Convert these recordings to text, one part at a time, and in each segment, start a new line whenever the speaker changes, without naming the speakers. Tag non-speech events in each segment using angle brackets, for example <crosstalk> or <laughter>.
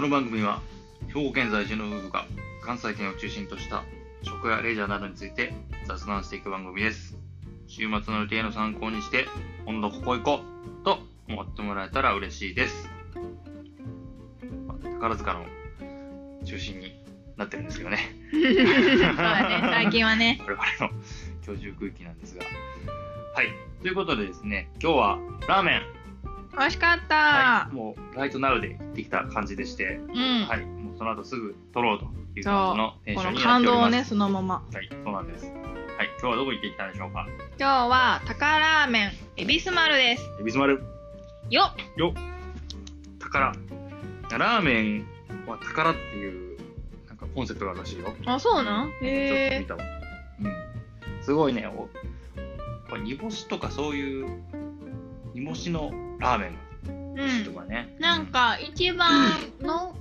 の番組は兵庫県在住の夫婦が関西圏を中心とした食やレジャーなどについて雑談していく番組です週末の予定の参考にして今度ここ行こうと思ってもらえたら嬉しいですまあ宝塚の中心になってるんですけどね
そうだね、最近はね。
<laughs> 我々の居住区域なんですがはいということでですね今日はラーメン
美味しかった、
はい、もうライトナウで行ってきた感じでして、
うん、
はい、もうその後すぐ撮ろうという感じのテン
こ
ション
の
になっ
感
てお
動
り
を
ます。
ね、そのまま。
はい、そうなんです。はい、今日はどこ行ってきたんでしょうか。
今日は、タカラーメン、エビスマルです。
エビスマル
よっ
宝。ラーメンは宝っていうなんかコンセプトがあるらしいよ。
あ、そうなん
ちょっと
へ
見たわ。うん。すごいね、おこれ煮干しとかそういう煮干しのラーメンの
えう
と
ん。
かね。
なんか、一番の、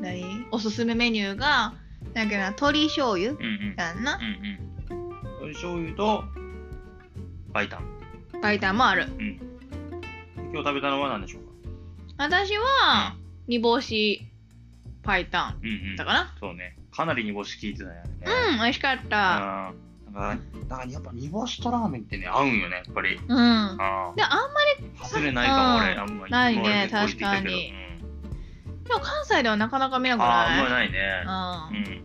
何おすすめメニューが、なんかな、鶏醤油
うん。うんうん。
やんな。
うんうん。醤油と白湯。
バイターもある。
今日食べたのは何でしょうか。
私は、煮干し、パイタン
うんうん
だ。か
そうね。かなり煮干し効いてたよね。
な。うん、美味しかった。
うん。なんか、なんかやっぱ煮干しとラーメンってね、合うんよね、やっぱり。
うん。
あ
で、あんまり、
あ。外れないかも、
うん
俺。あんまり。
ないね
俺結構行ってきたけど
確かに
うん
でも関西ではなかなか見なく
ああ、あんまり
ない
ないね。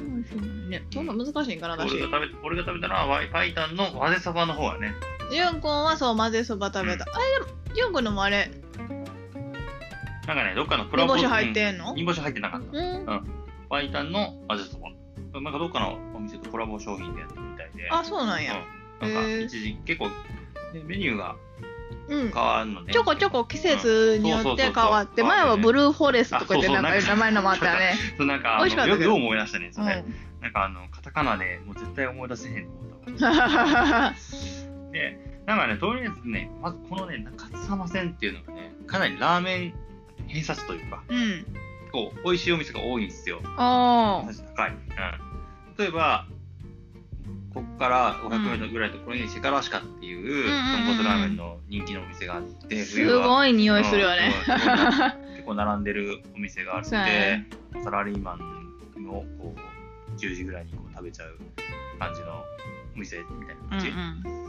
うん
う。ん。
ね、そんな難しいんかな、私
俺。が食べ、俺が食べたのは、ワイパイタンの混ぜそばの方がね。
ジュンコンはそう混ぜそば食べた。あれでも、ジュンコンのもあれ、
なんかね、どっかのプ
煮
ラモ
干し入ってん
う
の
ん煮干し入ってなかった。
うん。
ワイタンの混ぜそば。なんかどっかのお店とコラボ商品でやってるみたいで。
あ、そうなんや。
うんなん
へ
か
ー
一時結構、ねメニューが
うん
変。わるのね。
ちょこちょこ季節によって変わって、前はブルーフォレストとかってなんか名前のもあった
<laughs>
よね。
そうなんか、あ
美
の
味しかった
よ
けど
くよう思い出したね、
う
そ
ん
れ。。なんかあの、カタカナでもう絶対思い出せへんと思ったわ。で、なんかね、とりあえずね、まずこのね、中津浜線っていうのがね、かなりラーメン偏差値というか、
うん。
結構美味しいお店が多いんですよ。
お
偏差値高い。うん。例えば、ここから500メートルぐらいのところにシェカラシカっていう豚骨ラーメンの人気のお店があって、
す
い
ごい匂いするよね。
結構並んでるお店があって、
そうやね
サラリーマンをこう10時ぐらいにこう食べちゃう感じのお店みたいな
うん
感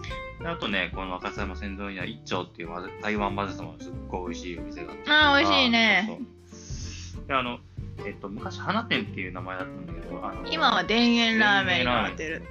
じ、であとねこの赤山線沿いには一丁っていうまぜ台湾混ぜそばのすっごい美味しいお店があって
うん。あー、美味しいね。
そうそうであのえっと昔花店っていう名前だったんだけどあの
今は田園ラーメンにな
ラーメン
ってる。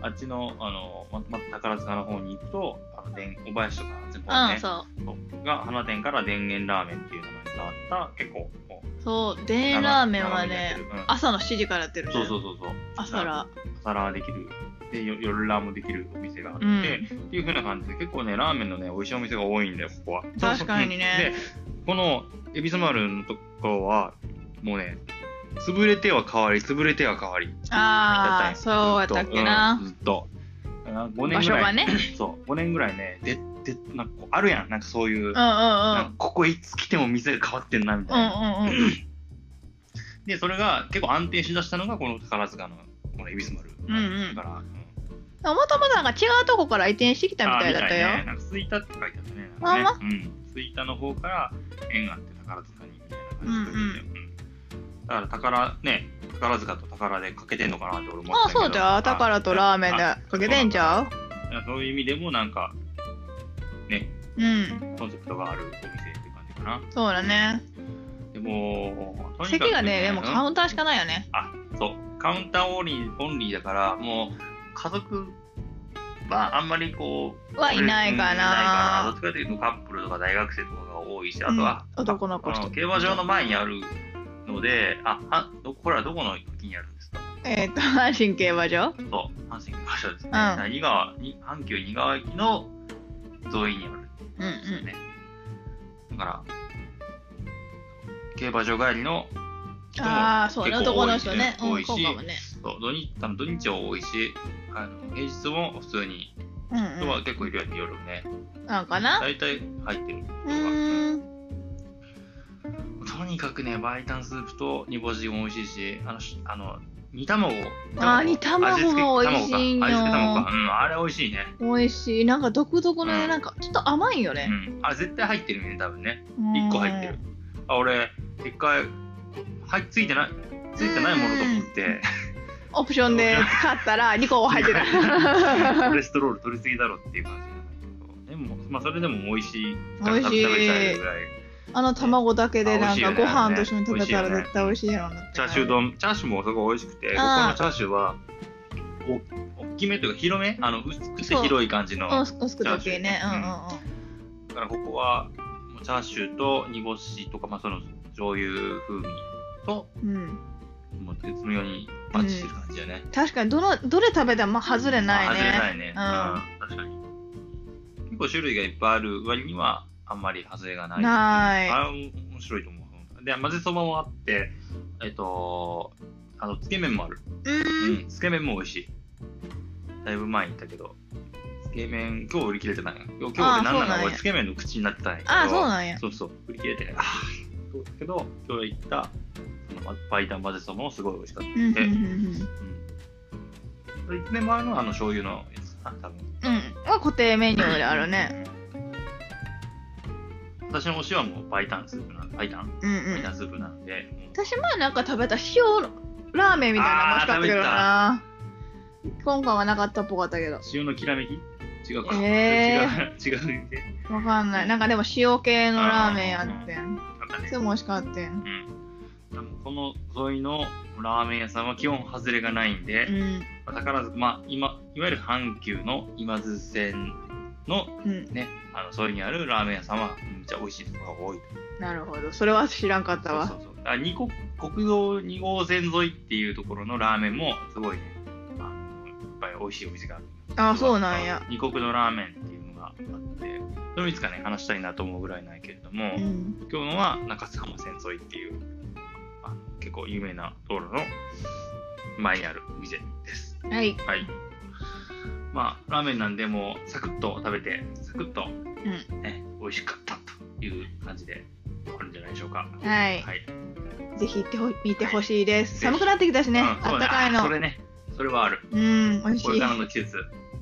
あっちのあの、まま、宝塚の方に行くとあの田小林とかあっちの方ね
うん、そう。
が花店から田園ラーメンっていう名前に変わった結構こう
そう、田園ラーメンはね
並、んでるうん
朝の7時からやってるんだ
そ
よ
うそうそうそう
朝ら。
朝ラーできるでよ夜ラーもできるお店があって、
うん
っていう風な感じで結構ねラーメンのね美味しいお店が多いんだよここは
確かに
で
ね
この恵比寿丸のところはもうね潰れては変わり潰れては変わり
ああ、そう
だ
やったっ
んよ
けな。
ずっと,うん、ずっとあ5
場
年ぐ
所
ら
が
い、
ね。
そう5年ぐらいねででなんかこうあるやんなんかそういう、
うんうんう
なん
ん
か。ここいつ来ても店が変わってんなみたい
うん
な、
うんうん。
で、それが結構安定しだしたのが、この宝塚の、この恵比寿丸。
うんうん
だから、うん、
もともとなんか違うとこから移転してきたみたいだったよ
あ。みねなんか、吹田って書いてあったね。
あ
なんかねうん。吹田の方から縁があって宝塚に、みたいな感じで、うんだから、宝、ね、宝塚と宝でかけてんのかなって俺思って
あ
た
あ、
けど。
そうだよ。宝とラーメンで
あ
かけてんちゃう
だからそういう意味でも、なんか、ね、
うん。
コンセプトがあるお店って感じかな。
そうだね。
でも、とにかく、
席がね、でも
うん
カウンターしかないよね。
あそうカウンターオンリーオンリーだからもう家族はあんまりこう
はいないか
うんいないかなどっ
な。
ちかというとカップルとか大学生とかが多いしあ
うん
とは、
男の子
あ
一人
の競馬場の前にあるのでああどこれはどこの時にあるんですか
えっと、阪神競馬場
そう阪神競馬場ですね、
ん
二川に阪急二川駅の沿いにある
うんうん
ですよね、だから競馬場帰りの人も
ああ、そうね。
結構
男
多い
の
し
人ね。
多
うん、
いし
そうかもね。
そう土日多分土日は多いしあの平日も普通に
うん
人は結構いるよね、夜ね
うん。なんかな
大体入ってる人
う
が
ーん。
とにかくね白湯スープと煮干しも美味しいしあのしあの煮卵
あー煮卵
味付け
が美味しい
卵
よ
か味付け卵かうんあれ美味しいね
美味しい。なんか独特の
う
ね、
ん
なんかちょっと甘いよ
う
ね。
んあ絶対入ってるよね多分ね
うん
1個入ってるあ俺一回はいついてないついてないものと思って
オプションで買ったら2個入ってた
コ <laughs> レステロール取りすぎだろっていう感じなんだけどでも、まあ、それでも美味しいから
美味しい
食べたいぐらい
あの卵だけで
あ美
な
味
ん
しいよ
か
ね
ご飯と一緒に食べたら
美味しいよね
絶対美味しいやろうなって
チャーシュー丼チャーシューもすごい美味しくてここ
あー
のチャーシューはお大きめというか広めあの薄くて広い感じの
うん薄くだけね
チ
う
ャ
んうん
ーシだからここはもうチャーシューと煮干しとか、まあ、その醤油風味と
うんうん
もう絶妙にマッチしてる感じだね、
確かにどのどれ食べてもまあ外れな
あ
いね
外れないね、
う
うん確かに結構種類がいっぱいある割にはあんまり外れがない
ない
あれ面白いと思うで混ぜそばもあってえっとあのつけ麺もある
うん
うんつけ麺も美味しいだいぶ前に行ったけどつけ麺今日売り切れてないの今日今日
あー
俺何
そうな
なんの
や
俺つけ麺の口になってたんやけど
ああそうなんや
そうそう、売り切れて、ああ、そうだけど、今日行った、そのバイタンバゼソもすごい美味しかった。
うんうんうんうん
うん。1年前のあの醤油のやつかな、多分。
うんは固定メニューであるね
うん。私の推しはもうバイタンスープなんで、バイタン、
うんう
バイ
ん
タンスープなんで、もう
私前なんか食べた塩ラーメンみたいなのも美味しかったけどな今回はなかったっぽかったけど
塩のきらめき違うか。
え
違う、違うって。
わかんないなんかでも塩系のラーメンやってん
なんかね、
それも美味しかった
うん。
ん
でもこの沿いのラーメン屋さんは基本外れがないんで、
うん
まあ宝塚、まあ、今、いわゆる阪急の今津線の
うん
ね、あのそういうにあるラーメン屋さんはめっちゃ美味しいところが多い
なるほどそれは知らんかった
そうそ
わ
うそうだから二国国道2号線沿いっていうところのラーメンもすごいねあのいっぱい美味しいお店がある
あそうなんや
二国のラーメンっていうのがあってそれもいつかね話したいなと思うぐらいなんやけれども、
うん
今日のは中津浜線沿いっていうあの結構有名な道路の前にある店です
はい
はい。まあ、ラーメンなんでもうサクッと食べて、サクッと、ね美味しかったという感じで終わるんじゃないでしょうか。
はい
はい。
ぜひ行ってほ見てほしいです
ぜひ
寒くなってきたしね
うん
あ
そう
っ
ね
たかい
あそ
の
れね、それはある。
うん美味し
これ
い
からの季節、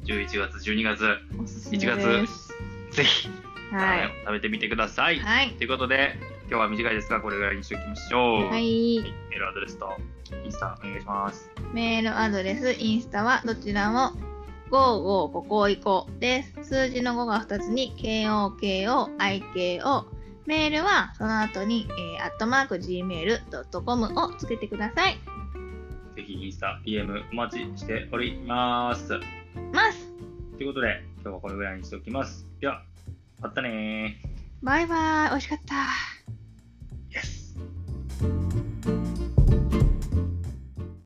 11月、12月、
おすすめ
1
で
月
す、
ぜひ、
は
ラー
い
メンを食べてみてください。
はい
ということで、今日は短いですが、これぐらいにしておきましょう。
は
はい
い
メールアドレスとインスタお願いします。
メールアドレス、インスタはどちらも55ここいこです。数字の5が2つに KOKOIKO。メールはその後に、えー、アットマーク Gmail.com をつけてください。
ぜひインスタ、DM お待ちしております。
ます。
ということで、今日はこれぐらいにしておきます。では、またねー。
バイバイ。美味しかった。
Yes.